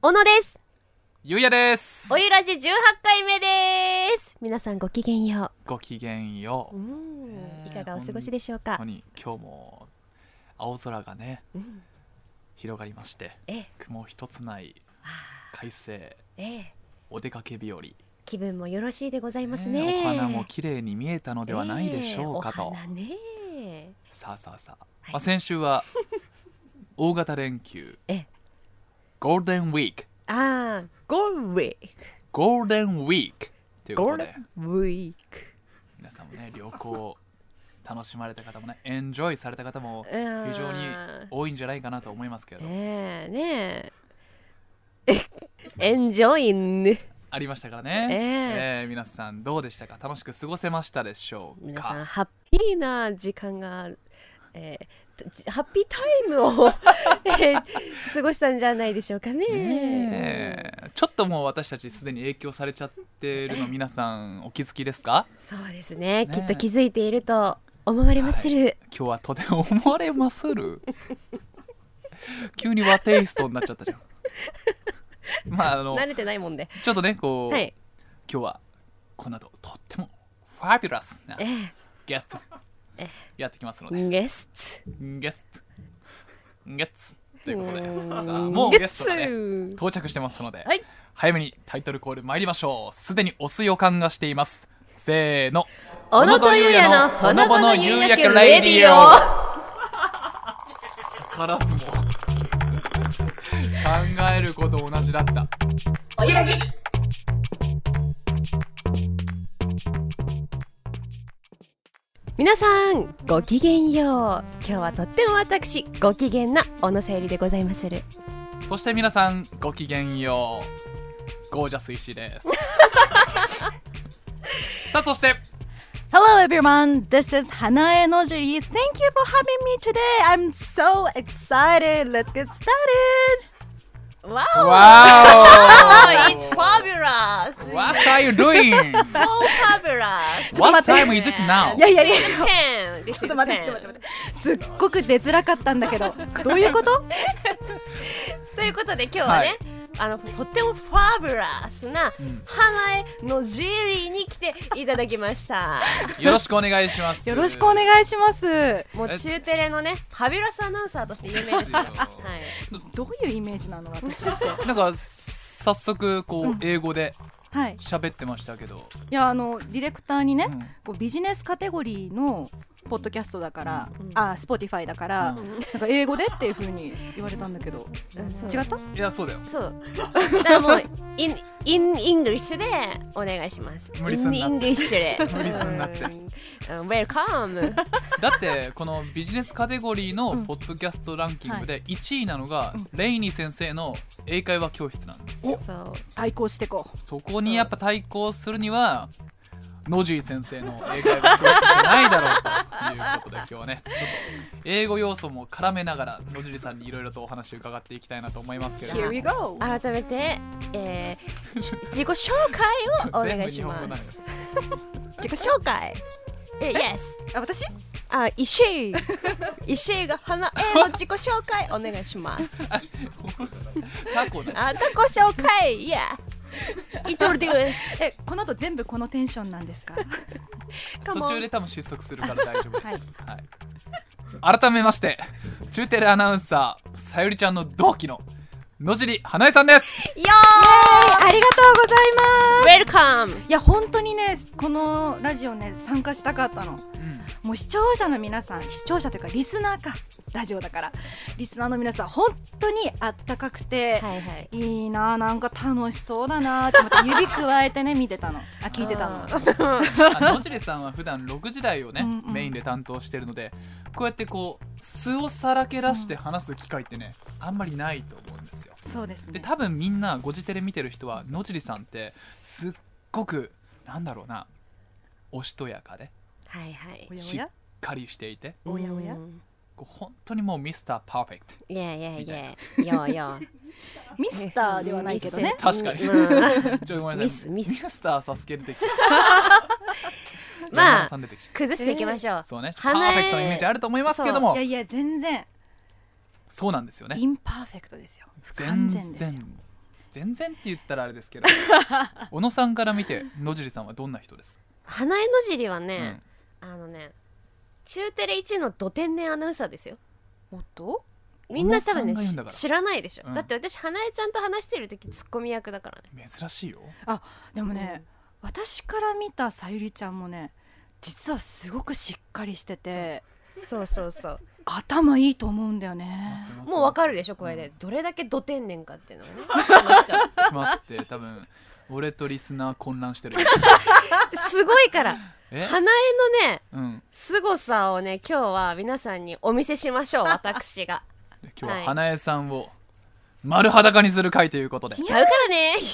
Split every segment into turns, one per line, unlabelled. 小野です
ゆうやです
おゆらじ18回目です皆さんごきげんよ
ごきげんよ
う
う
う
ね
ん
え
いかがお過ごしでしょう
本
か
当に今日も青空がね
うん
広がりまして
ええ
雲一つない快晴
ええ
お出かけ日和
気分もよろしいでございます
ね
ね
えお花も綺麗に見えたのではないでしょうか
ええお
と、
花ね
さあさあさあ、
はい
まあ、先週 は大型連休
ええ
ゴールデンウィーク
ああゴールデンウィーク
ゴールデンウィークという
ゴ
こ
ー
と
ル
で
デンウィーク
皆さんもね旅行を楽しまれた方もねエンジョイされた方も
うーん
非常に多いんじゃないかなと思いますけれど
ええねえエンジョイング
ありましたからね、
ええ
え皆さんどうでしたか楽しく過ごせましたでしょう
皆さん
か
ハッピーな時間が、えーハッピータイム を、えー過ごしたんじゃないでしょうかね。
ねえちょっともう私たちすでに影響されちゃってるの皆さんお気づきですか
そうですね
ね
きっと気づいていると思われまする、
今日はとても思われまする急に和テイストになっちゃったじゃんまああの
慣れてないもんで、
ちょっとねこう、
はい
今日はこの後とってもファビュラスな
え
ゲストやってきますので
ー、ゲス
ゲストゲス
ト
トということで
ーん
さあもうゲストがね
ゲスト
到着してますので、
はい
早めにタイトルコール参りましょうすでに押す予感がしていますせーの
小野とゆうやのほのぼの夕焼けレディオ
カラスも考えること同じだった
おゆらじ皆さんごきげんよう今日はとっても私ご機嫌な小野さゆりでございまする
そして皆さんごきげんようゴージャス石井です さあそして
Hello everyone, this is Hanae Nojiri. Thank you for having me today. I'm so excited. Let's get started.
わ
わ
It's fabulous!
o What are you doing?
So fabulous!
ょっと
What
待って
time is it now?
いやいやいや、
Pen! This
ちょっ
is
と待って
pen!
待って待って待って。すっごく出づらかったんだけど、どういうこと？
ということで今日はね、
はい
あのとってもファブラスな
うん
花江のジェリーに来ていただきました。
よろしくお願いします
よろしくお願いします。
もう中テレのね、ファビュラスアナウンサーとして有 名ですから。はい。
どういうイメージなの 私って。
なんか早速こう英語で
はい。
喋ってましたけど、
いやあのディレクターにね、
うん
こうビジネスカテゴリーのポッドキャストだから、
うん
あ、スポティファイだから、
うん
なんか英語でっていう風に言われたんだけど、
うんそう
違った？
いやそうだよ
そう。だからもう、イン、イン、イングリッシュでお願いします。
無理すんな
イン、イングリッシュで。
無理すんなって
うん。ウェルカム。
だってこのビジネスカテゴリーのポッドキャストランキングで1位なのがレイニー先生の英会話教室なんですよ
そう。
対抗してこう。
そこにやっぱ対抗するにはノジー先生の英会話教室じゃないだろうということで今日はねちょっと英語要素も絡めながら野尻さんにいろいろとお話を伺っていきたいなと思いますけれど
Here
も
we go.
改めて、えー、自己紹介をお願いします。自己紹介。え、yes。
あ、私？
あ、石井。石井が花絵の自己紹介お願いします。
タ コだ
あ、自己紹介、いや。イントロデュース。
えこの後全部このテンションなん ですか
途中で多分失速するから大丈夫です、はい、改めまして中テレアナウンサーさゆりちゃんの同期の野尻花江さんです
よ
ありがとうございま
ー。ウェルカム。
すいや本当にねこのラジオね参加したかったの
うん
もう視聴者の皆さん視聴者というかリスナーかラジオだからリスナーの皆さん本当にあったかくて、
はいはい。
い、いなあなんか楽しそうだなあって思って指くわえてね見てたのあ聞いてた
あ
のあ
ー。
あ野尻さんは普段6時台をね
うんうん
メインで担当してるのでこうやってこう素をさらけ出して話す機会ってねあんまりないと思うんですよ
そうです
で
ね
多分みんなご自テレ見てる人は野尻さんってすっごくなんだろうなおしとやかで
はいはい
お。やお
しっ
や
かりしていて
おやおや
うん
こう本当にもうミスターパーフェクト
いやいやいや。よよ。
ミスターではないけどね
ミス
確かに
うん
ちょっとごめんなさい
ミスミス
ターサスケ出てきた
まあ
山田さん出てきた
崩していきましょう。
そうねパーフ
花江
ェクトのイメージあると思いますけども
いやいや全然
そうなんですよね
インパーフェクトですよ不完
全
全ですよ
然全然って言ったらあれで すけど小野さんから見て野尻さんはどんな人ですか、
花江の尻はね、あのね中テレ1のド天然アナウンサーですよ
おっと
みんな多分ね
小野さんが言うん
し
だから
知らないでしょ、
うん
だって私花江ちゃんと話してる時ツッコミ役だからね
うん、珍しいよ
でもね、私から見たさゆりちゃんもね実はすごくしっかりしてて
そうそうそう
頭いいと思うんだよね
もうわかるでしょこれで、どれだけド天然かっていうのがねこの人は
待って多分俺とリスナー混乱してる
すごいから
え、
花江のね
うん、
凄さをね今日は皆さんにお見せしま しょう私が
今日は
はい
花江さんを丸裸にする回ということで、
ちゃうからね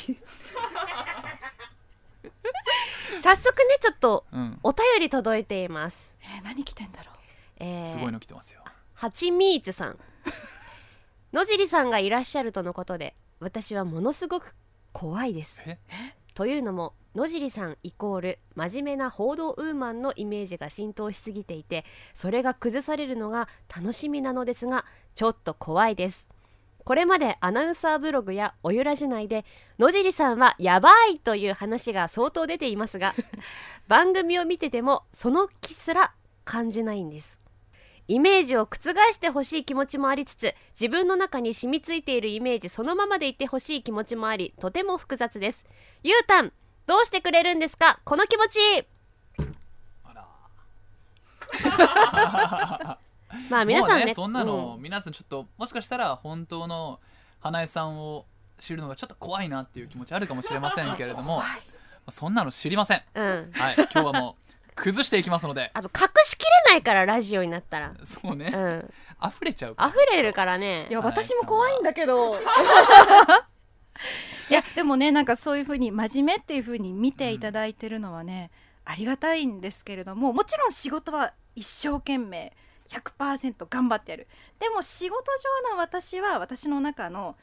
早速ねちょっと
うん、
お便り届いています、
えー何着てんだろう
えー、
すごいの来てますよ
はちみーつさん野尻さんがいらっしゃるとのことで私はものすごく怖いです
え
というのも野尻さんイコール真面目な報道ウーマンのイメージが浸透しすぎていてそれが崩されるのが楽しみなのですがちょっと怖いですこれまでアナウンサーブログやおゆらじ内で野尻さんはやばいという話が相当出ていますが番組を見ててもその気すら感じないんですイメージを覆してほしい気持ちもありつつ自分の中に染みついているイメージそのままでいてほしい気持ちもありとても複雑ですゆうたんどうしてくれるんですかこの気持ち
あら
まあ皆さんね
もうそんなの、
う
皆さんちょっともしかしたら本当の花江さんを知るのがちょっと怖いなっていう気持ちあるかもしれませんけれ どもまあそんなの知りません
ん、うん
はい今日はもう崩していきますので
あと隠しきれないからラジオになったら
そう
う
ね、
ん
溢れちゃうから
溢れるからね
いや
はい
私も怖いんだけどいやでもねなんかそういうふうに真面目っていうふうに見ていただいてるのはね、ありがたいんですけれどももちろん仕事は一生懸命100%頑張ってやるでも仕事上の私は私の中の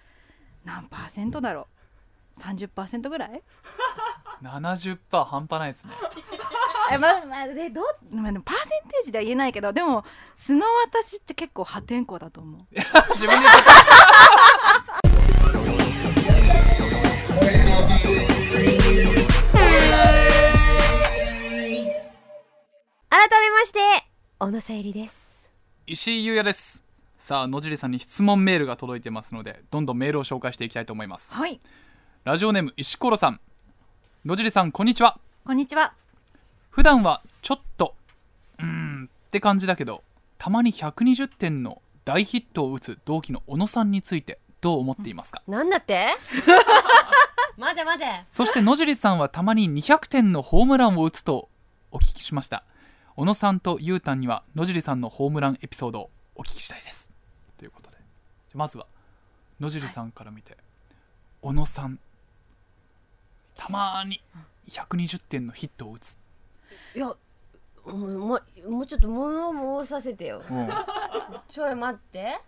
何パーセントだろう30%ぐらい
70%半端ないですね
えまあまあでどう、まあ、でもパーセンテージでは言えないけどでも素の私って結構破天荒だと思う
自分で言っちゃっ
改めまして小野さゆりです
た石井優也ですさあ野尻さんに質問メールが届いてますのでどんどんメールを紹介していきたいと思います
はい
ラジオネーム石ころさん野尻さんこんにちは
こんにちは
普段はちょっとうーんって感じだけどたまに120点の大ヒットを打つ同期の小野さんについてどう思っていますか
なんだって 待て待て
そして野尻さんはたまに200点のホームランを打つとお聞きしました小野さんとゆうたんには野尻さんのホームランエピソードをお聞きしたいですということでじゃまずは野尻さんから見て、小野さんたまに120点のヒットを打つ、
いやもうもうもうちょっと物を申させてよちょい待って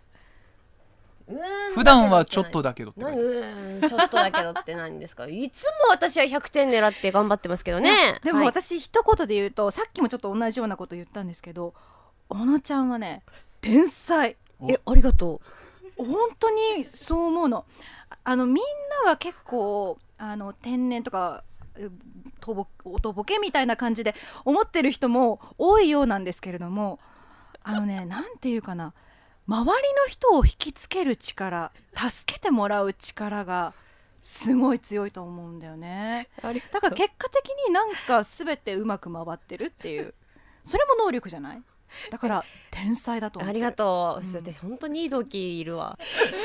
うーん
普段はちょっとだけどって書いてあ
何
る
うーんちょっとだけどって何ですかいつも私は100点狙って頑張ってますけどね
でも
はい
私一言で言うと、さっきもちょっと同じようなこと言ったんですけど小野ちゃんはね天才
お
えありがと
本当にそう思うのああのみんなは結構あの天然とかうとぼとぼけみたいな感じで思ってる人も多いようなんですけれどもあのねなんていうかな周りの人を引きつける力助けてもらう力がすごい強いと思うんだよね。
うあり
だから結果的になんか全てうまく回ってるっていうそれも能力じゃないだから天才だと思ってる
がとう、
うん
私本当にいい同期いるわ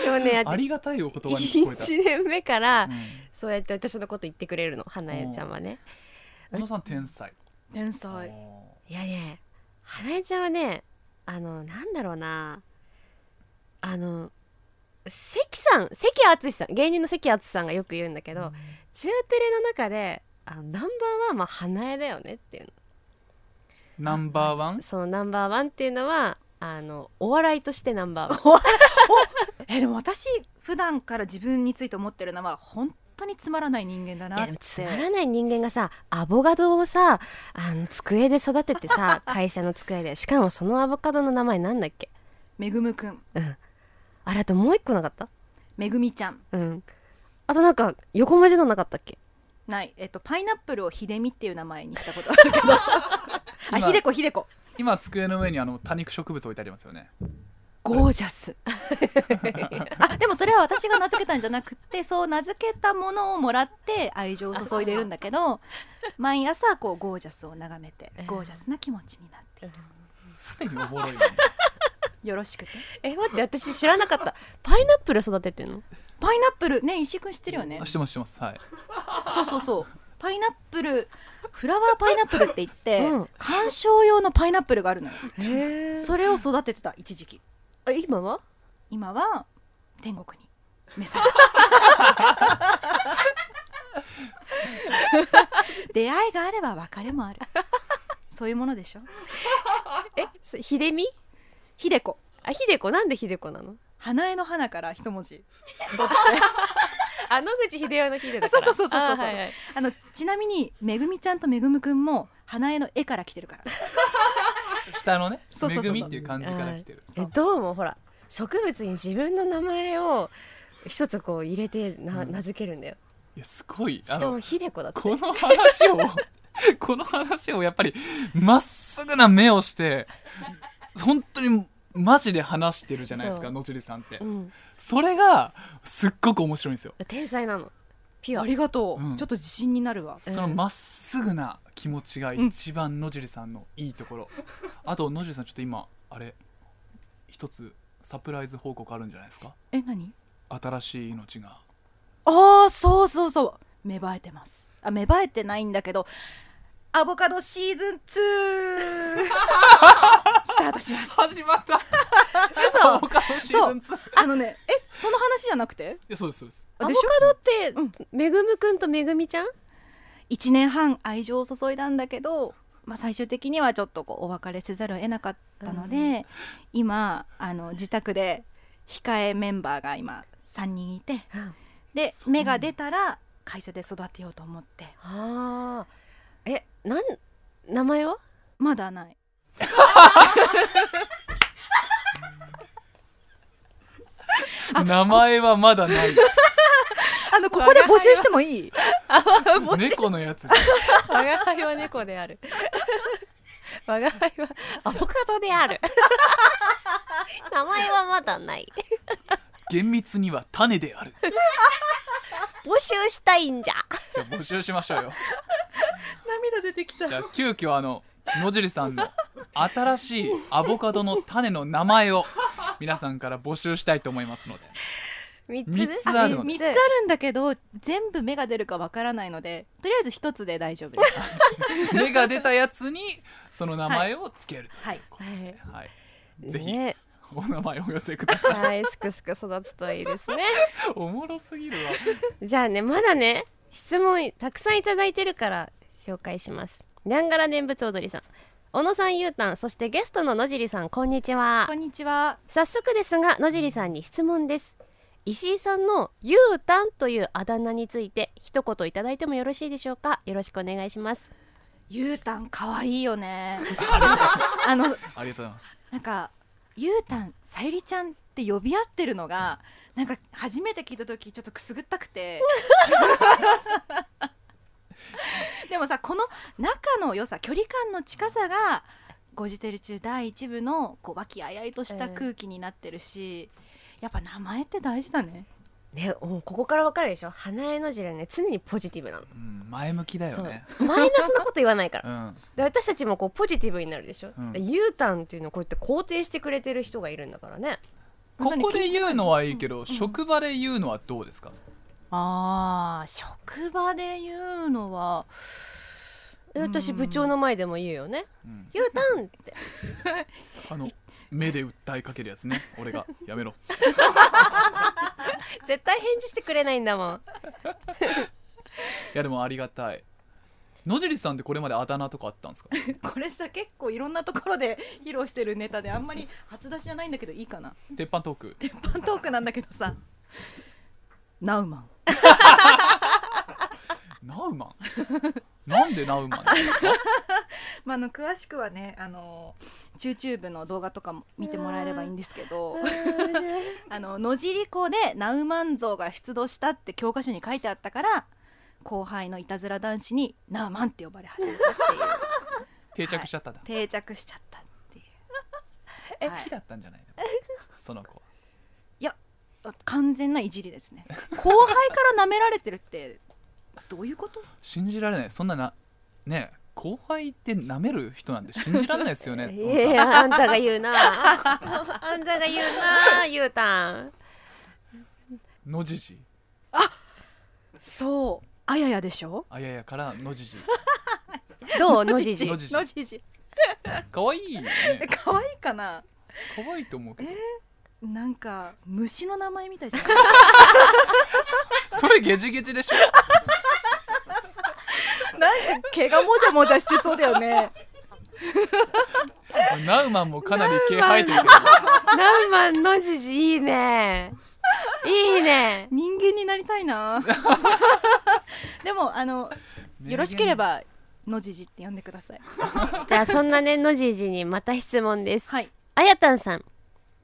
でもね
ありがたいお言葉に聞こえた。
1年目から
うん
そうやって私のこと言ってくれるの花江ちゃんはね
小野さん天才。
天才
いやね花江ちゃんはねあのなんだろうなあの関さん関淳さん芸人の関淳さんがよく言うんだけど、中テレの中であのナンバーワンは花江だよねっていうの
ナンバーワン。
そのナンバーワンっていうのはあのお笑いとしてナンバーワン
えでも私普段から自分について思ってるのは本当につまらない人間だ
い
な
や
っ
で
て
もつまらない人間がさアボカドをさあの机で育てて さ会社の机でしかもそのアボカドの名前なんだっけ
めぐむくん
うんあれあともう一個なかった
めぐみちゃん
うんあとなんか横文字のなかったっけ
ない、えっと、パイナップルをひでみっていう名前にしたことある けどあ
今
ひでこひでこ
今机の上にあの多肉植物置いてありますよね
ゴージャ スあでもそれは私が名付けたんじゃなくてそう名付けたものをもらって愛情を注いでるんだけど毎朝こうゴージャスを眺めて
えー
ゴージャスな気持ちになっている
すでにおもろいね
よろしくて
え待って私知らなかったパイナップル育ててんの
パイナップルね石井君知ってるよね
あしてますしてますはい
そうそうそうパイナップルフラワーパイナップルって言って、
うん
観賞用のパイナップルがあるのよ
へ
それを育ててた一時期
今は
今は天国に召され出会いがあれば別れもあるそういうものでしょ
えそひでみ
ひでこ
あひでこなんでひでこなの
花江の花から一文字
あ野口秀夫のひでだ
だ
か
からら
あ
あ
は
はいい
は、
はいあのちなみにめぐみちゃんとめぐむくんも花江の絵から来てるから
下のね「
そうそうそうそう
恵み」っていう漢字から来てる
えどうもほら植物に自分の名前を一つこう入れてな
うん
名付けるんだよ
いやすごい
し
あ
か も
の
ひでこだって
この話を この話をやっぱりまっすぐな目をして本当にマジで話してるじゃないです
そ
か
う
野尻さんって
うん
それがすっごく面白いんですよ
天才なのピュア
ありがとう、
うん
ちょっと自信になるわ
うん
そのまっすぐな気持ちが一番野尻さんのいいところ、あと野尻さんちょっと今あれ一つサプライズ報告あるんじゃないですか
え何
新しい命が
ああそうそうそう芽生えてますあ芽生えてないんだけどアボカドシーズン2スタートします
始まった
そう
他のシーズン2い
あのねえその話じゃなくて
やそうですそうです
アボカ
でしょ
ドって、
うん
めぐむくんとめぐみちゃん
1年半愛情を注いだんだけど、まあ、最終的にはちょっとこうお別れせざるを得なかったので、今あの自宅で控えメンバーが今3人いてで
そう
芽が出たら会社で育てようと思って
あーえなん名前は
まだない
名前はまだない
あのここで募集してもいい
猫のやつ
我が輩は猫である 我が輩はアボカドである 名前はまだない
厳密には種である
募集したいんじゃ
じゃあ募集しましょうよ
涙出てきた
じゃあ急遽あの野尻さんの新しいアボカドの種の名前を皆さんから募集したいと思いますので
三つです
三つあるの
3つあるんだけど全部芽が出るかわからないのでとりあえず1つで大丈夫で す、
芽が出たやつにその名前をつけると、
はい、
はい
はいぜひ
ね
お名前をお寄せください
はいすくすく育つといいですね
おもろすぎるわ
じゃあねまだね質問たくさんいただいてるから紹介しますにゃんがら念仏踊りさん小野さんゆうたんそしてゲストの野尻さんこんにちは
こんにちは
早速ですが野尻さんに質問です石井さんのゆうたんというあだ名について一言いただいてもよろしいでしょうかよろしくお願いします
ゆうたんかわいいよねあの
ありがとうございます
なんかゆうたんさゆりちゃんって呼び合ってるのがなんか初めて聞いた時ちょっとくすぐったく てでもさこの仲の良さ距離感の近さが「ゴジテル中」第一部のこう和気あいあいとした空気になってるし、やっぱ名前って大事だね
ね、もうここからわかるでしょ花江野尻はね常にポジティブなの
うん前向きだよ
そう
ね
マイナスなこと言わないから
うん
で私たちもこうポジティブになるでしょ、
うん
でユータンっていうのをこうやって肯定してくれてる人がいるんだからね
ここで言うのはいいけど、職場で言うのはどうですか
あー職場で言うのは
で私
うん
部長の前でも言うよね
うん
「ユータン!」って
あの目で訴えかけるやつね 俺がやめろ
絶対返事してくれないんだもん
いやでもありがたい野尻さんってこれまであだ名とかあったんですか
これさ結構いろんなところで披露してるネタであんまり初出しじゃないんだけどいいかな
鉄板トーク
鉄板トークなんだけどさナウマン
ナウマンなんでナウマンなんですか
まあ、あの詳しくはねあの YouTube の動画とかも見てもらえればいいんですけど
面白い
あの野尻湖でナウマン像が出土したって教科書に書いてあったから後輩のいたずら男子にナウマンって呼ばれ始めた ってい
定
う
着しちゃったんだ、
定着しちゃったっていう
え
はい
好きだったんじゃないのその子
完全ないじりですね後輩から舐められてるってどういうこと
信じられないそんななねえ後輩って舐める人なんて信じられないですよ ね
いやいやあんたが言うな あんたが言うなゆうたん
野じじ
そうあややでしょ
あややから野じじ
どうのじじ
の
の
じ
じ
じ
じ
可愛いよね
可愛いかな
可愛いと思うけど
なんか虫の名前みたいじゃ ない
それゲジゲジでしょ
なんか毛がもじゃもじゃしてそうだよね
ナウマンもかなり毛生えてるけど
ナウマンのじじいいねいいね
人間になりたいな でもあのよろしければのじじって呼んでください
じゃあそんなねのじじにまた質問です
はい
あやたんさん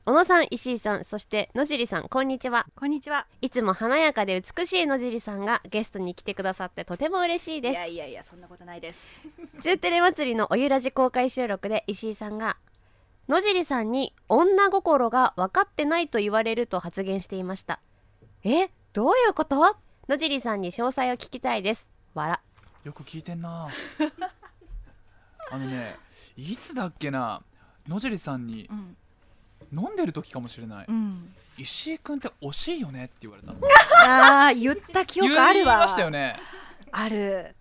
小野さん石井さんそして野尻さんこんにちは
こんにちはい
つも華やかで美しい野尻さんがゲストに来てくださってとても嬉しい
い
です
やいやいやそんなことないです
中テレ祭りのおゆらじ公開収録で石井さんが野尻さんに女心が分かってないと言われると発言していましたえどういうこと野尻さんに詳細を聞きたいです笑
よく聞いてんなあのねいつだっけな野尻さんに
うん
飲んでる時かもしれない、
うん
石井君って惜しいよねって言われたの
あー言った記憶ある
言い
わ
ましたよね
ある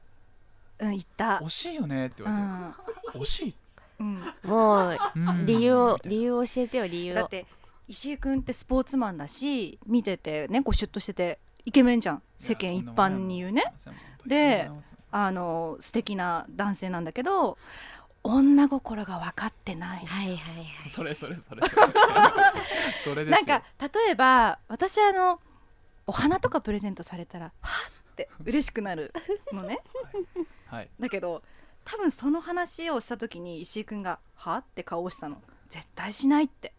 うん言った
惜しいよねって
う
言わ
ん
れて、惜しい、
うん
もう
うん
理由を
みたいな
理由を教えてよ理由
だっ
を
て石井君ってスポーツマンだし見ててねこうシュッとしててイケメンじゃん世間一般に言うねであの素敵な男性なんだけど女心が分かってない
はいはいはい
それそれそれそれ それです
な
よ
んか例えば私あのお花とかプレゼントされたらはっって嬉しくなるの ね
はい
だけど多分その話をした時に石井君が「は?」って顔をしたの絶対しないって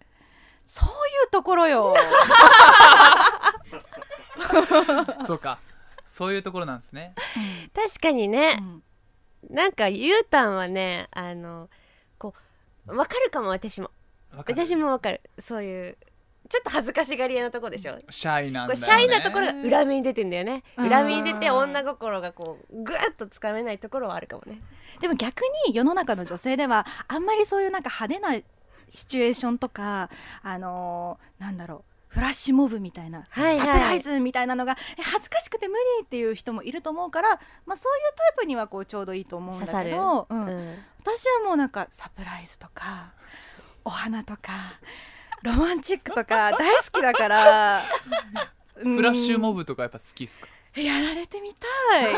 そういうとこ ろよ
そうかそういうところなんですね
確かに
う
ね、
ん
なんかゆうたんはねあのこう分かるかも私も
わかる
私も分かるそういうちょっと恥ずかしがり屋なとこでしょ
シャイなん
こ
だ
う
よ、ね、
シャイなところが裏目に出てんだよね
うん
裏目に出て女心がこうぐっとつかめないところはあるかもね
でも逆に世の中の女性ではあんまりそういうなんか派手なシチュエーションとかあのーなんだろうフラッシュモブみたいな、
はいはい
サプライズみたいなのがえ恥ずかしくて無理っていう人もいると思うから、まあ、そういうタイプにはこうちょうどいいと思うんだけど、う
うんん、
私はもうなんかサプライズとかお花とかロマンチックとか大好きだから。うん
フラッシュモブとかやっぱ好きっすか
やられてみた い例え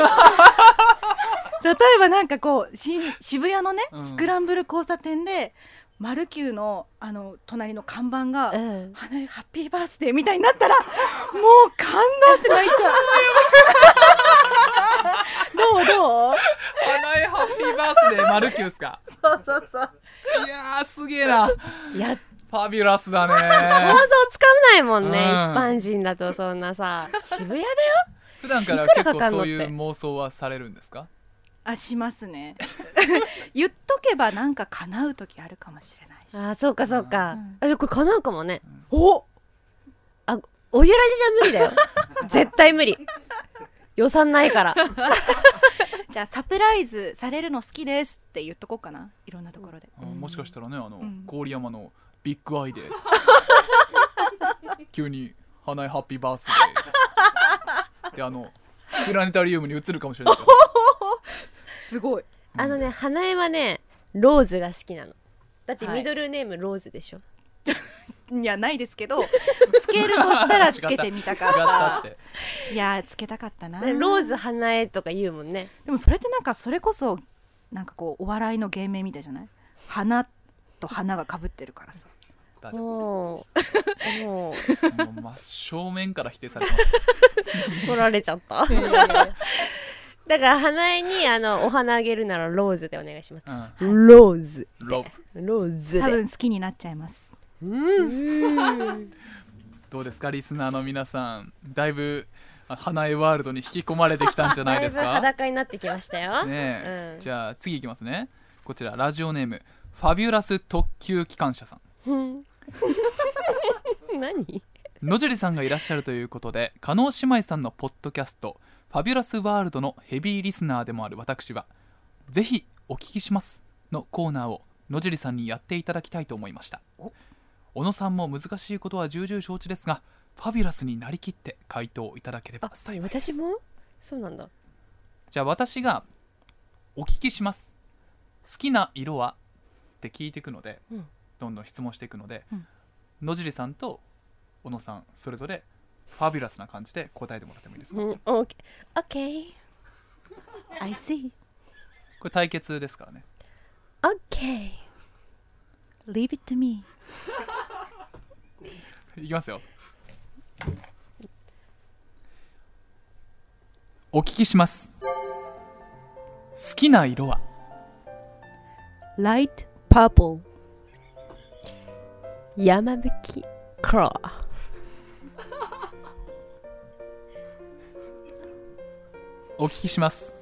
ばなんかこうし渋谷のね、
うん
スクランブル交差点でマルキューのあの隣の看板が、
うん
はねハッピーバースデーみたいになったらもう感動して泣いちゃうどうどう
花江ハッピーバースデーマルキューっすか
そうそうそう
いやーすげえな
うん、やっ
ファビュラス だ
想像
ね
つかめないもんね、
うん
一般人だとそんな さ渋谷で
普段から
いく
結
らか
構
かんのっ
そう
て
いう妄想はされるんですか
あしますね言っとけばなんか叶う時あるかもしれないし
あーそうかそうか、あこれ叶うかもね
お
あおゆらじじゃ無理 だよ絶対無理予算ないから
じゃあサプライズされるの好きですって言っとこうかないろんなところで、
あもしかしたらねあの、
ん
郡山のビッグアイで急に「花江ハッピーバースデー」であのプラネタリウムに移るかもしれないか
すごい
あのね花江はねローズが好きなのだって
はい
ミドルネームローズでしょ、
いやないですけどつけるとした
ら
らつけてみたか
違った
っ
ったて
いやーつけたかったな
ねローズ花江とか言うもんね
でもそれってなんかそれこそなんかこうお笑いの芸名みたいじゃない花と花がかぶってるからさ
だっても
もうもう
う真正面から否定されます
取られちゃった。 だから花江にあのお花あげるならローズでお願いします。
うん
ローズ。
ローズ
ローズ
多
で。
分好きになっちゃいます
どうですかリスナーの皆さんだいぶあ花江ワールドに引き込まれてきたんじゃない
だい
です
ぶ
か
裸になってきましたよ。
ねえ、
うん
じゃあ次いきますねこちらラジオネームファビュラス特急機関車さん
うん 何？
野尻さんがいらっしゃるということで加納姉妹さんのポッドキャスト「ファビュラスワールド」のヘビーリスナーでもある私は「ぜひお聞きします」のコーナーを野尻さんにやっていただきたいと思いました小野さんも難しいことは重々承知ですがファビュラスになりきって回答いただければ
あ、
幸いです
私も？そうなんだ。
じゃあ私がお聞きします好きな色はって聞いていくので、
うん
どんどん質問していくので、
うん
野尻さんと小野さんそれぞれファビュラスな感じで答えてもらってもいいですか、
うん、オッケー。オッケー。
I see
これ対決ですからね
オッケー。
leave it to me
いきますよお聞きします好きな色は
light purple
山吹クロー。
お聞きします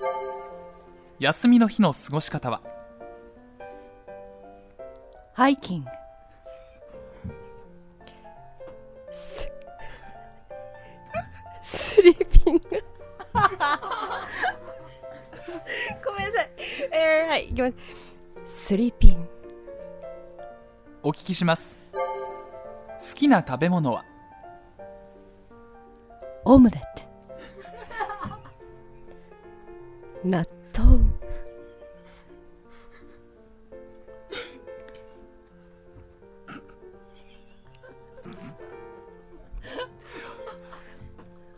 休みの日の過ごし方は
hiking
ススリーピング ごめんなさいえー、はいいきますスリーピン
お聞きします好きな食べ物は
omelette
納豆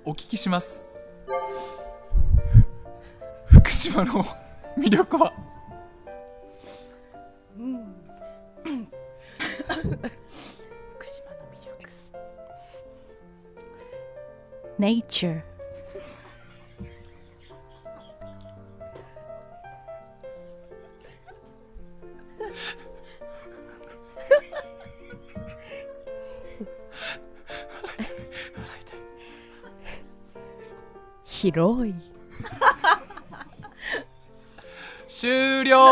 お聞きします 福島の魅力は
福島の魅力 nature
広い
終 了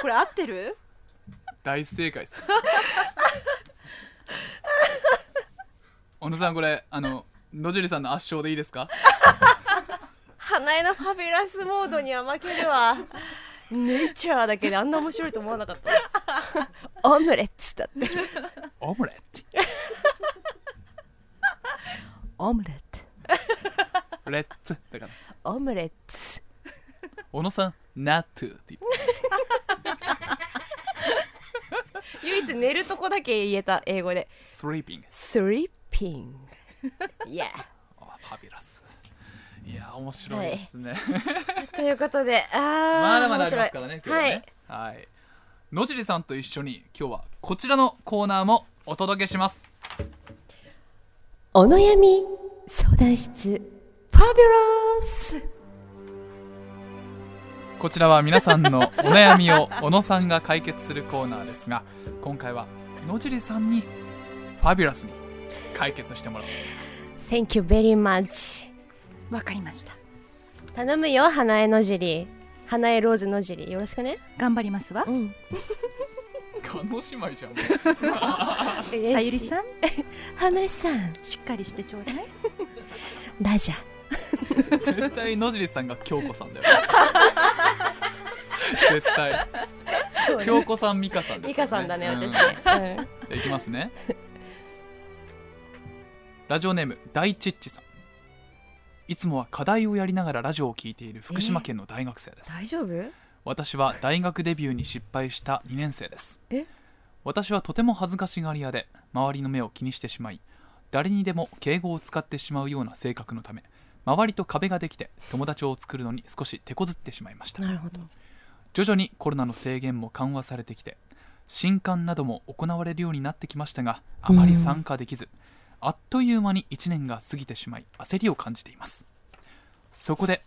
これ合ってる
大正解です小野さんこれあの野尻さんの圧勝でいいですか
花江のファビュラスモードには負けるわネイチャーだけであんな面白いと思わなかった オムレツだって
オムレッ
オムレット
トレッツだから
オムレツ
小野さんナットゥって言って
唯一寝るとこだけ言えた英語で
スリーピング
スリーピング Yeah
あファビュラスいや面白いですね、
ということであー
まだまだありますからね
面
今日
白
はいねはい、野尻さんと一緒に今日はこちらのコーナーもお届けします
お悩み相談室ファビュラス
こちらは皆さんのお悩みを小野さんが解決するコーナーですが今回は野尻さんにファビュラスに解決してもらおう
Thank you very much
わかりました
頼むよ花江のじり花江ローズのじりよろしくね
頑張りますわ
うん
叶姉妹じゃんもう
さゆりさん
花江さん
しっかりしてちょうだい
ラジャ
絶対野尻さんが京子さんだよ 絶対京子さん美香さんですよね
美香さんだね
う
私ね、うん
じゃあいきますねラジオネーム大チッチさんいつもは課題をやりながらラジオを聞いている福島県の大学生です、
大丈夫
私は大学デビューに失敗した2年生です
え
私はとても恥ずかしがり屋で周りの目を気にしてしまい誰にでも敬語を使ってしまうような性格のため周りと壁ができて友達を作るのに少し手こずってしまいました
なるほど
徐々にコロナの制限も緩和されてきて新刊なども行われるようになってきましたがあまり参加できず、あっという間に1年が過ぎてしまい焦りを感じていますそこで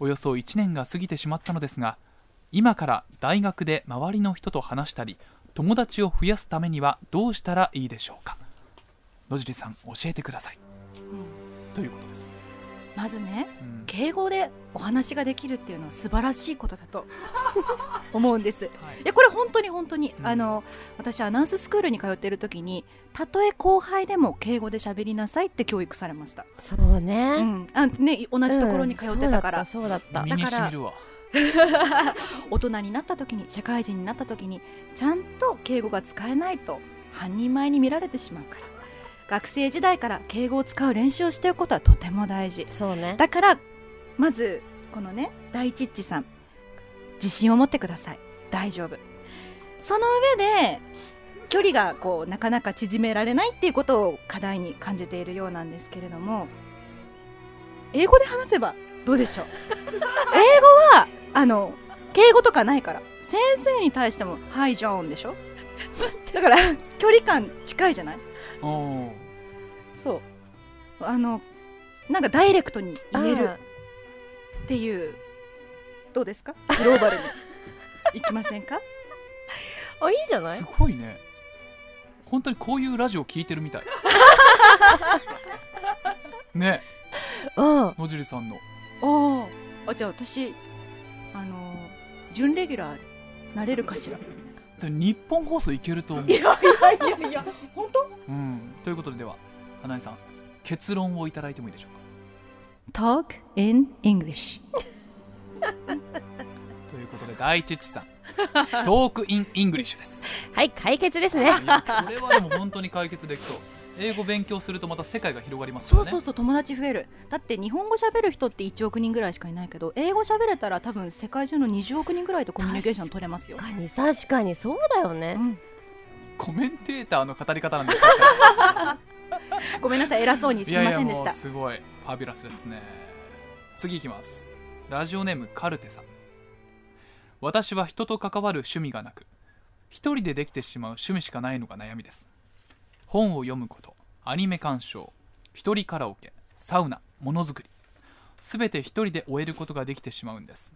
およそ1年が過ぎてしまったのですが今から大学で周りの人と話したり友達を増やすためにはどうしたらいいでしょうか野尻さん教えてください、ということです、
まずね
うん
敬語でお話ができるっていうのは素晴らしいことだ と思うんです。
はい
いやこれ本当に本当に、
うん
あの私アナウンススクールに通ってる時にたとえ後輩でも敬語で喋りなさいって教育されました、
そう
う
ね、
んあね、同じところに通ってたから、
うんそうだったそうだった
身にしみるわ
大人になった時に社会人になった時にちゃんと敬語が使えないと半人前に見られてしまうから学生時代から敬語を使う練習をしておくことはとても大事
そうね
だからまずこのね第一っちさん自信を持ってください大丈夫その上で距離がこうなかなか縮められないっていうことを課題に感じているようなんですけれども英語で話せばどうでしょう英語はあの敬語とかないから先生に対しても「はいジョーン」でしょだから距離感近いじゃない
おお
そうあのなんかダイレクトに言える
あ
っていうどう ですかグローバルに行きませんか
ーあいいんじゃない
すごいね本当にこういうラジオ聞いてるみたいね
うん
野尻さんの
あああじゃあ私あのー準レギュラーなれるかしら い
で日本放送いけると思う、
やいやいやいや本当
うん、ということででは花井さん結論をいただいてもいいでしょ
Talk in English
うかということで第一一さんトークインイングリッシュです
はい解決ですね
いやこれはでも本当に解決できそう英語勉強するとまた世界が広がりますか
そ
ら
う
ね
そうそう友達増えるだって日本語喋る人って1億人ぐらいしかいないけど英語喋れたら多分世界中の20億人ぐらいとコミュニケーション取れますよ、
確かに確かにそうだよね
うん、
コメンテーターの語り方なんです
ごめんなさい偉そうにす
い
い
やい
ま
や
せんで
も
し
う
た
すごいファビュラスですね次いきますラジオネームカルテさん私は人と関わる趣味がなく一人でできてしまう趣味しかないのが悩みです本を読むことアニメ鑑賞一人カラオケサウナものづくりすべて一人で終えることができてしまうんです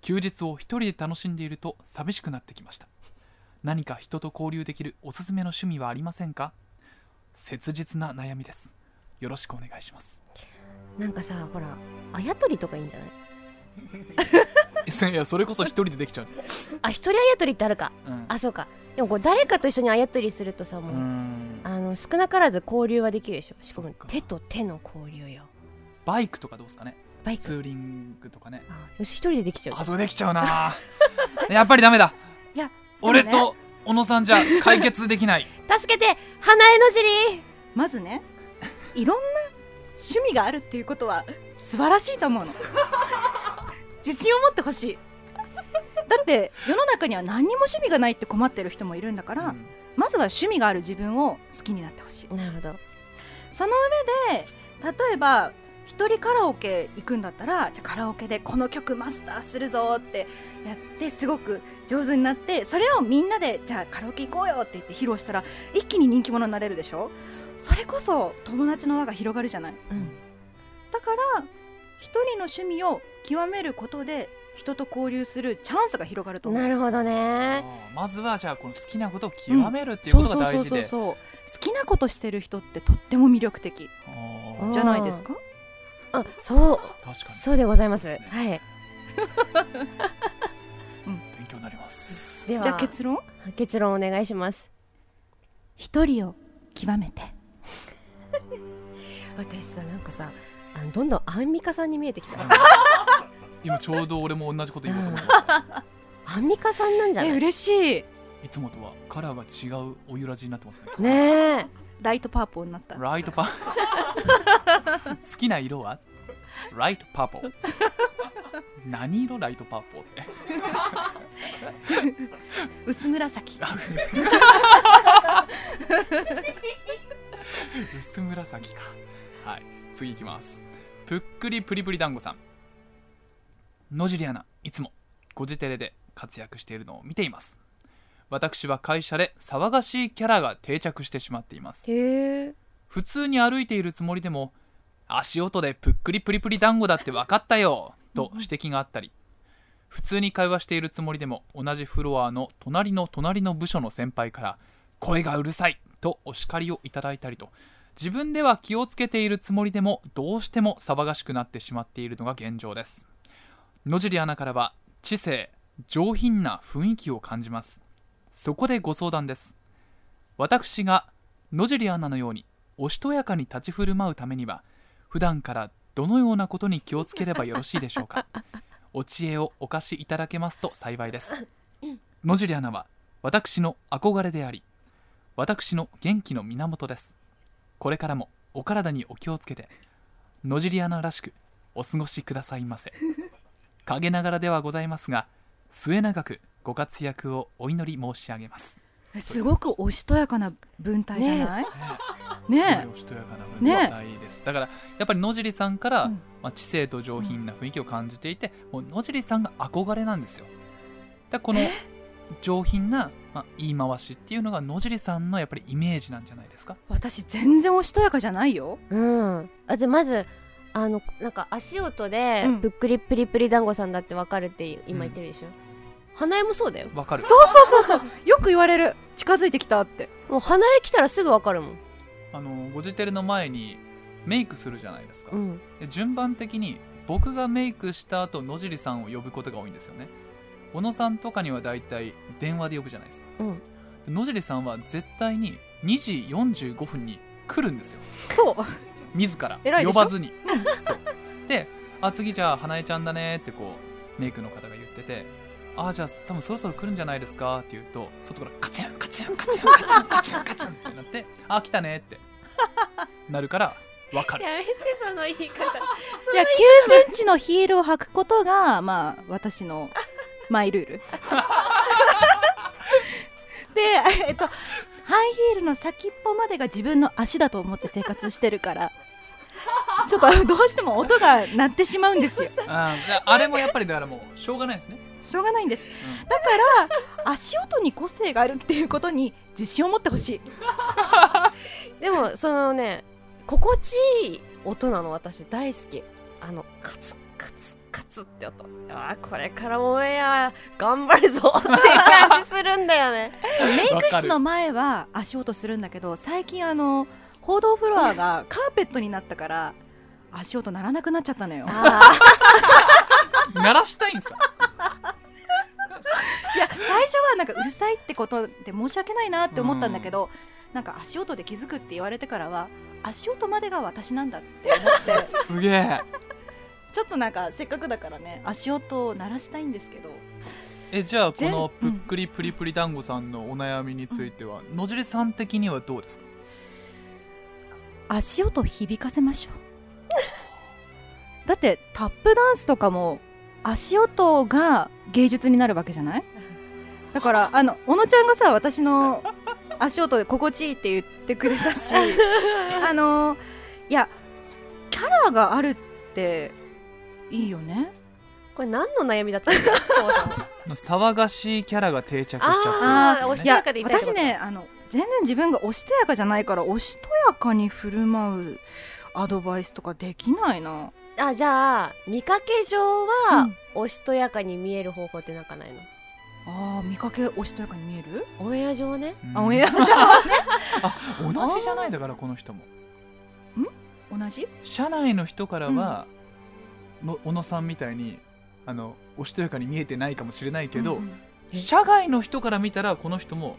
休日を一人で楽しんでいると寂しくなってきました何か人と交流できるおすすめの趣味はありませんか切実な悩みですよろしくお願いします。
なんかさほらあやとりとかいいんじゃない
いや、それこそ一人でできちゃう。
あ一人あやとりってあるか
うん
あそうかでもこう誰かと一緒にあやとりするとさ
う
もう、
ん
あの少なからず交流はできるでしょしか
そ
も
っか
手と手の交流よ
バイクとかどうですかね。
バイク
ツーリングとかね。
あよし一人でできちゃう
あ、そこできちゃう な。やっぱりダメだ。
いや
俺
でもね
と小野さんじゃ解決できない。
助けて花江のじり
まずねいろんな趣味があるっていうことは素晴らしいと思うの自信を持ってほしいだって世の中には何にも趣味がないって困ってる人もいるんだから、
うん
まずは趣味がある自分を好きになってほしい
なるほど
その上で例えば一人カラオケ行くんだったらじゃあカラオケでこの曲マスターするぞってやってすごく上手になってそれをみんなでじゃあカラオケ行こうよって言って披露したら一気に人気者になれるでしょそれこそ友達の輪が広がるじゃない
うん
だから一人の趣味を極めることで人と交流するチャンスが広がると思う
なるほどね
まずはじゃあこの好きなことを極めるっていうことが大事
そうそうそう
で。
そう好きなことしてる人ってとっても魅力的
あ
うん
ー
じゃないですか
あそう
確かに
そうでございます
そうです
はい
勉強になります。
では
じゃあ結論
結論お願いします
一人を極めて
私さなんかさあのどんどんアンミカさんに見えてきた
今ちょうど俺も同じこと言おうと思っ
アンミカさんなんじゃな
え
い
嬉しい
た。いつもとはカラーが違うおゆらじになってますね。
ねえ
ライトパープルになった
ライトパ 好きな色はライトパーポー何色ライトパーポーって
薄紫
あ薄薄紫かはい次いきますぷっくりぷりぷり団子さん野尻アナいつもごジテレで活躍しているのを見ています私は会社で騒がしいキャラが定着してしまっています
へえ
普通に歩いているつもりでも足音でぷっくりぷりぷり団子だって分かったよと指摘があったり普通に会話しているつもりでも同じフロアの隣の隣の部署の先輩から声がうるさいとお叱りをいただいたりと自分では気をつけているつもりでもどうしても騒がしくなってしまっているのが現状です野尻アナからは知性上品な雰囲気を感じますそこでご相談です私が野尻アナのようにおしとやかに立ち振る舞うためには普段からどのようなことに気をつければよろしいでしょうかお知恵をお貸しいただけますと幸いです野尻アナは私の憧れであり私の元気の源ですこれからもお体にお気をつけて野尻アナらしくお過ごしくださいませ陰ながらではございますが末永くご活躍をお祈り申し上げます
えすごくおしとやかな文体じゃないね
おしとやかな
ね
文体です、だからやっぱり野尻さんから、
うん
まあ、知性と上品な雰囲気を感じていて、もう野尻さんが憧れなんですよだからこの上品な、まあ、言い回しっていうのが野尻さんのやっぱりイメージなんじゃないですか
私全然おしとやかじゃないよ
うん、あじゃあまずあのなんか足音で
うん
ぷっくりぷりぷり団子さんだってわかるって今言ってるでしょ、花江もそうだよ
わかる
そうそうそうそうよく言われる近づいてきたって
もう花江来たらすぐわかるもん、
あのゴジテレの前にメイクするじゃないですか、
うん、
で順番的に僕がメイクした後野尻さんを呼ぶことが多いんですよね小野さんとかにはだいたい電話で呼ぶじゃないですか、
うん
で野尻さんは絶対に2時45分に来るんですよ
そう
自ら
偉いで
呼
しょ
ばずにそうで「あ次じゃあ花江ちゃんだね」ってこうメイクの方が言ってて「あじゃあ多分そろそろ来るんじゃないですか」って言うと外からカツンカツンカツンカツンカツンカツンってなって「あ来たね」ってなるから分かる
めてその言い方
いや9センチのヒールを履くことがまあ私のマイルー ルでえっとハイヒールの先っぽまでが自分の足だと思って生活してるからちょっとどうしても音が鳴ってしまうんですよ
あーあれもやっぱりだからもうしょうがないですね、
しょうがないんです
う
だから足音に個性があるっていうことに自信を持ってほしい
でもそのね心地いい音なの私大好きあのカツカツカツって音あーこれからもエア頑張るぞっていう感じするんだよね
メイ
わ
ク
か
室
る
の前は足音するんだけど最近あの報道フロアがカーペットになったから足音鳴らなくなっちゃったのよ
あ
ん鳴らしたいんですか
いや最初はなんかうるさいってことで申し訳ないなって思ったんだけど、なんか足音で気づくって言われてからは足音までが私なんだって思って
すげえ
ちょっとなんかせっかくだからね足音を鳴らしたいんですけど
えじゃあこのぷっ
全
くりぷりぷり団子さんのお悩みについては野尻さん的にはどうですか
足音を響かせましょうだってタップダンスとかも足音が芸術になるわけじゃないだからあの小野ちゃんがさ私の足音で心地いいって言ってくれた しあのいやキャラがあるっていいよね
ーこれ何の悩みだったんですかそもそも
騒がしいキャラが定着しちゃった
あー
ってこと
おし
い
とや
や
かでいたいってこ
私
と
ねあの全然自分がおしとやかじゃないからおしとやかに振る舞うアドバイスとかできないな
あじゃあ見かけ上
う
は
ん
おしとやかに見える方法ってなんかないの、
あー見かけおしとやかに見える、
オンエア上はね
あオン
うん
エアじゃん
同じじゃないだからこの人も
同じ
社内の人からは、の小野さんみたいにあのおしとやかに見えてないかもしれないけど、
うん
社外の人から見たらこの人も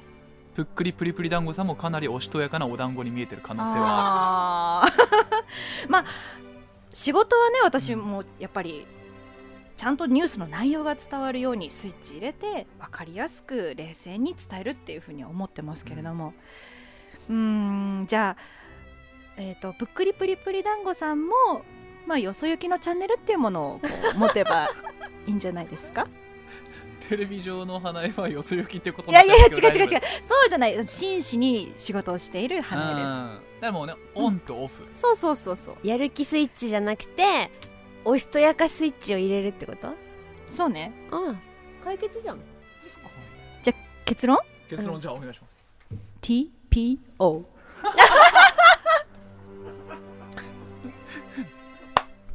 ぷっくりぷりぷり団子さんもかなりおしとやかなお団子に見えてる可能性はあ
あー まあ仕事はね私もやっぱりちゃんとニュースの内容が伝わるようにスイッチ入れて分かりやすく冷静に伝えるっていうふうには思ってますけれどもうーんじゃあ、えー、とぷっくりぷりぷり団子さんも、まあ、よそ行きのチャンネルっていうものをこう持てばいいんじゃないですか
るテレビ上の花江はよそ行きってことに
い
な
や
っ
い
ち
や
ゃ
いや
うんですけど大丈
違う違う違う
夫です
そうじゃない真摯に仕事をしている花
う
江で
んだからもうねオンとオフ、
すそうそうそうそう
やる気スイッチじゃなくておしとやかスイッチを入れるってこと
そうね
うん解決じゃん
結論
結論じゃあお願いします
TPO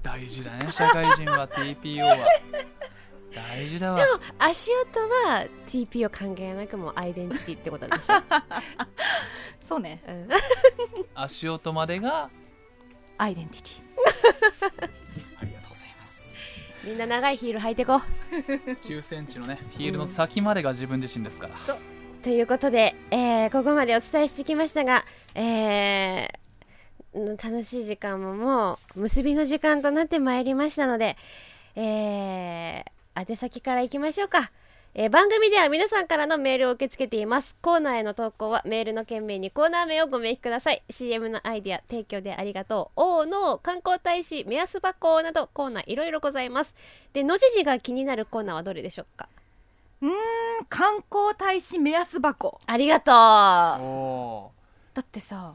大事だね社会人は TPO は大事だわ
足音は TP を関係なくもうアイデンティティってことなんでしょ、
そうね
うん
足音までが
アイデンティティ
ありがとうございます
みんな長いヒール履いてこう
9センチのねヒールの先までが自分自身ですから、
ということで、えーここまでお伝えしてきましたが、えーん楽しい時間ももう結びの時間となってまいりましたので、えー宛先からいきましょうか。えー番組では皆さんからのメールを受け付けていますコーナーへの投稿はメールの件名にコーナー名をご明記ください CM のアイディア提供でありがとう王の観光大使目安箱などコーナーいろいろございますで野じじが気になるコーナーはどれでしょうか
観光大使目安箱
ありがとう
お
だってさ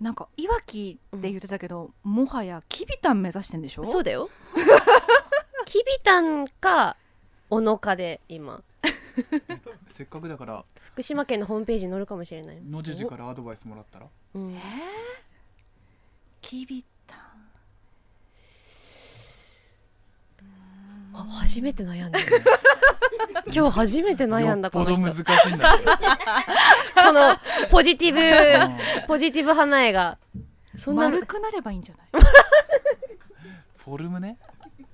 なんかいわきって言ってたけど、もはやキビタン目指してんでしょ
そうだよ キビタンか小野かで今
ーせっかくだから
福島県のホームページに載るかもしれない
野じじからアドバイスもらったら
おうん
えー、キビタン
あ初めて悩んだ 今日初めて悩んだこ
よっ
の
ぽど
人
難しいんだけど
このポジティブ
うん
ポジティブ花絵がそんな
丸くなればいいんじゃない、
フォルムね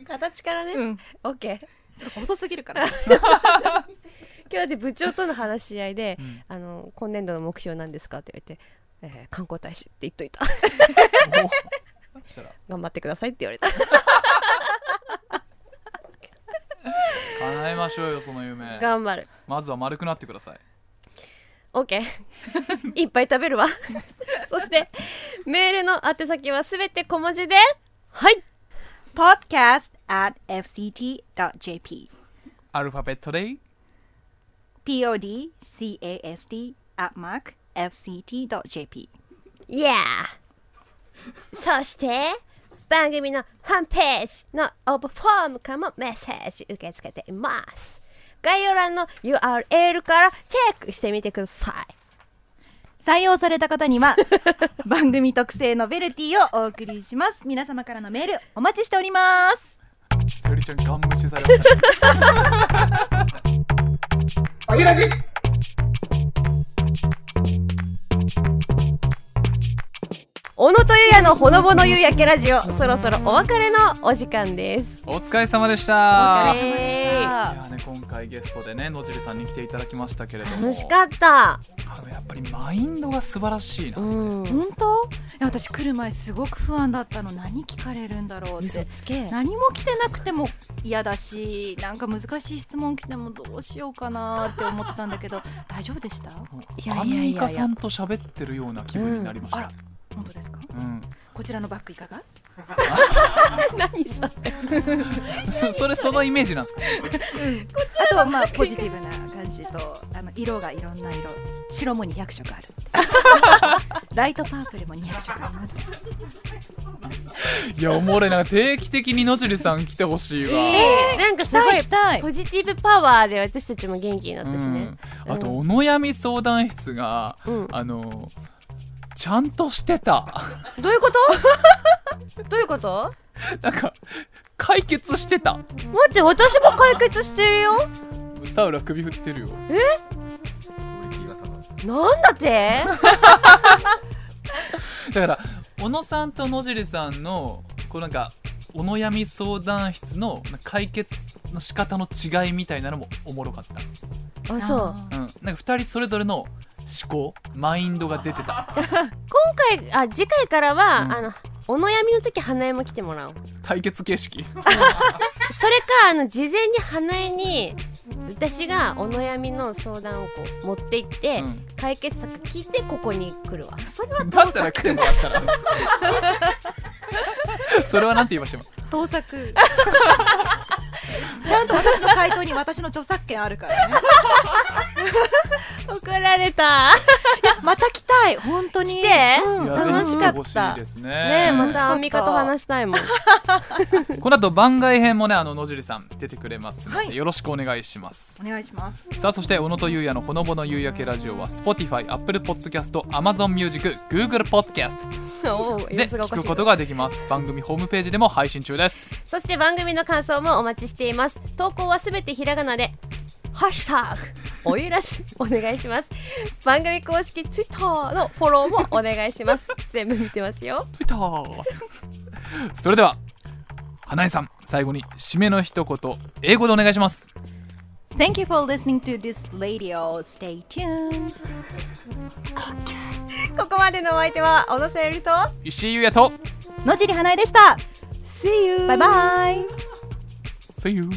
形からね、
うん、ち
オッケー今
ょっと細すぎるから
日だって部長との話し合いで、
うん
あの今年度の目標なんですかって言われて、えー観光大使って言っといた
おそしたら
頑張ってくださいって言われた
叶えましょうよその夢
頑張る
まずは丸くなってください
オッケーいっぱい食べるわそしてメールの宛先はすべて小文字ではい
podcast at fct.jp
アルファベットで
podcast at mark fct.jp
いやそして番組のホームページの応募フォームからもメッセージ受け付けています概要欄の URL からチェックしてみてください
採用された方には番組特製のベルティをお送りします皆様からのメールお待ちしております
さゆりちゃんガン無視されましたねあげラジ
小野とゆやのほのぼの夕焼けラジオそろそろお別れのお時間です
お疲れ様でし
お
た
疲れ
いやーね今回ゲストでね野尻さんに来ていただきましたけれども
楽しかった
あのやっぱりマインドが素晴らしいな、
うん
本当いや私来る前すごく不安だったの何聞かれるんだろうって
嘘つけ
何も来てなくても嫌だしなんか難しい質問来てもどうしようかなって思ってたんだけど大丈夫でした
いやいや
ア
いやいや
ンミカさんと喋ってるような気分になりまし
あ
た
ら、本当ですか
うん
こちらのバッグいかが
何それ
そ それそのイメージなんですか
あとはまあポジティブな感じとあの色がいろんな色白も200色ある ライトパープルも200色あります
いやおもれな定期的に野尻さん来てほしいわ、
なんかすごい
来たい来た
ポ
い
ジティブパワーで私たちも元気になったしね。
うん、あとお悩み相談室が、
うん
あのちゃんとしてた
どういうことどういうこと
なんか解決してた
待って私も解決してるよ
サウラ首振ってるよ
なんだって
だから小野さんと野尻さんのこうなんかお悩み相談室の解決の仕方の違いみたいなのもおもろかった
あそう
うん、なんか2人それぞれの思考マインドが出 てた
今回あ次回からは、
うん
あのお悩みの時花江も来てもらおう
対決形式
それかあの事前に花江に私がお悩みの相談をこう持って行って、
うん
解決策聞いてここに来るわそれは
だったら来てもらったらそれはなんて言いました今
盗 作 ちゃんと私の回答に私の著作権あるからね
怒られた。
また来たい本当に
来て
いや
楽
ぜひ
しかった
来てほしいですね
ねえ、ま
楽しかった
たアンミカと話した いもん。
この後番外編もねあの野尻さん出てくれますので、
はい
よろしくお願いします
お願いします
さあそして小野とゆうやのほのぼの夕焼けラジオは Spotify、Apple Podcast、Amazon Music、Google Podcast
おう
で
様子がおか
聞
し
く
い
ことができます番組ホームページでも配信中です
そして番組の感想もお待ちしています投稿はすべてひらがなでハッシュタグおゆらしお願いします番組公式ツイッターのフォローもお願いします全部見てますよ
Twitter それでは花江さん最後に締めの一言英語でお願いします
Thank you for listening to this radio stay tuned
ここまでのお相手は小野さゆりと
石井ゆうやと
野尻花江でした
See you!
バイバイ
See you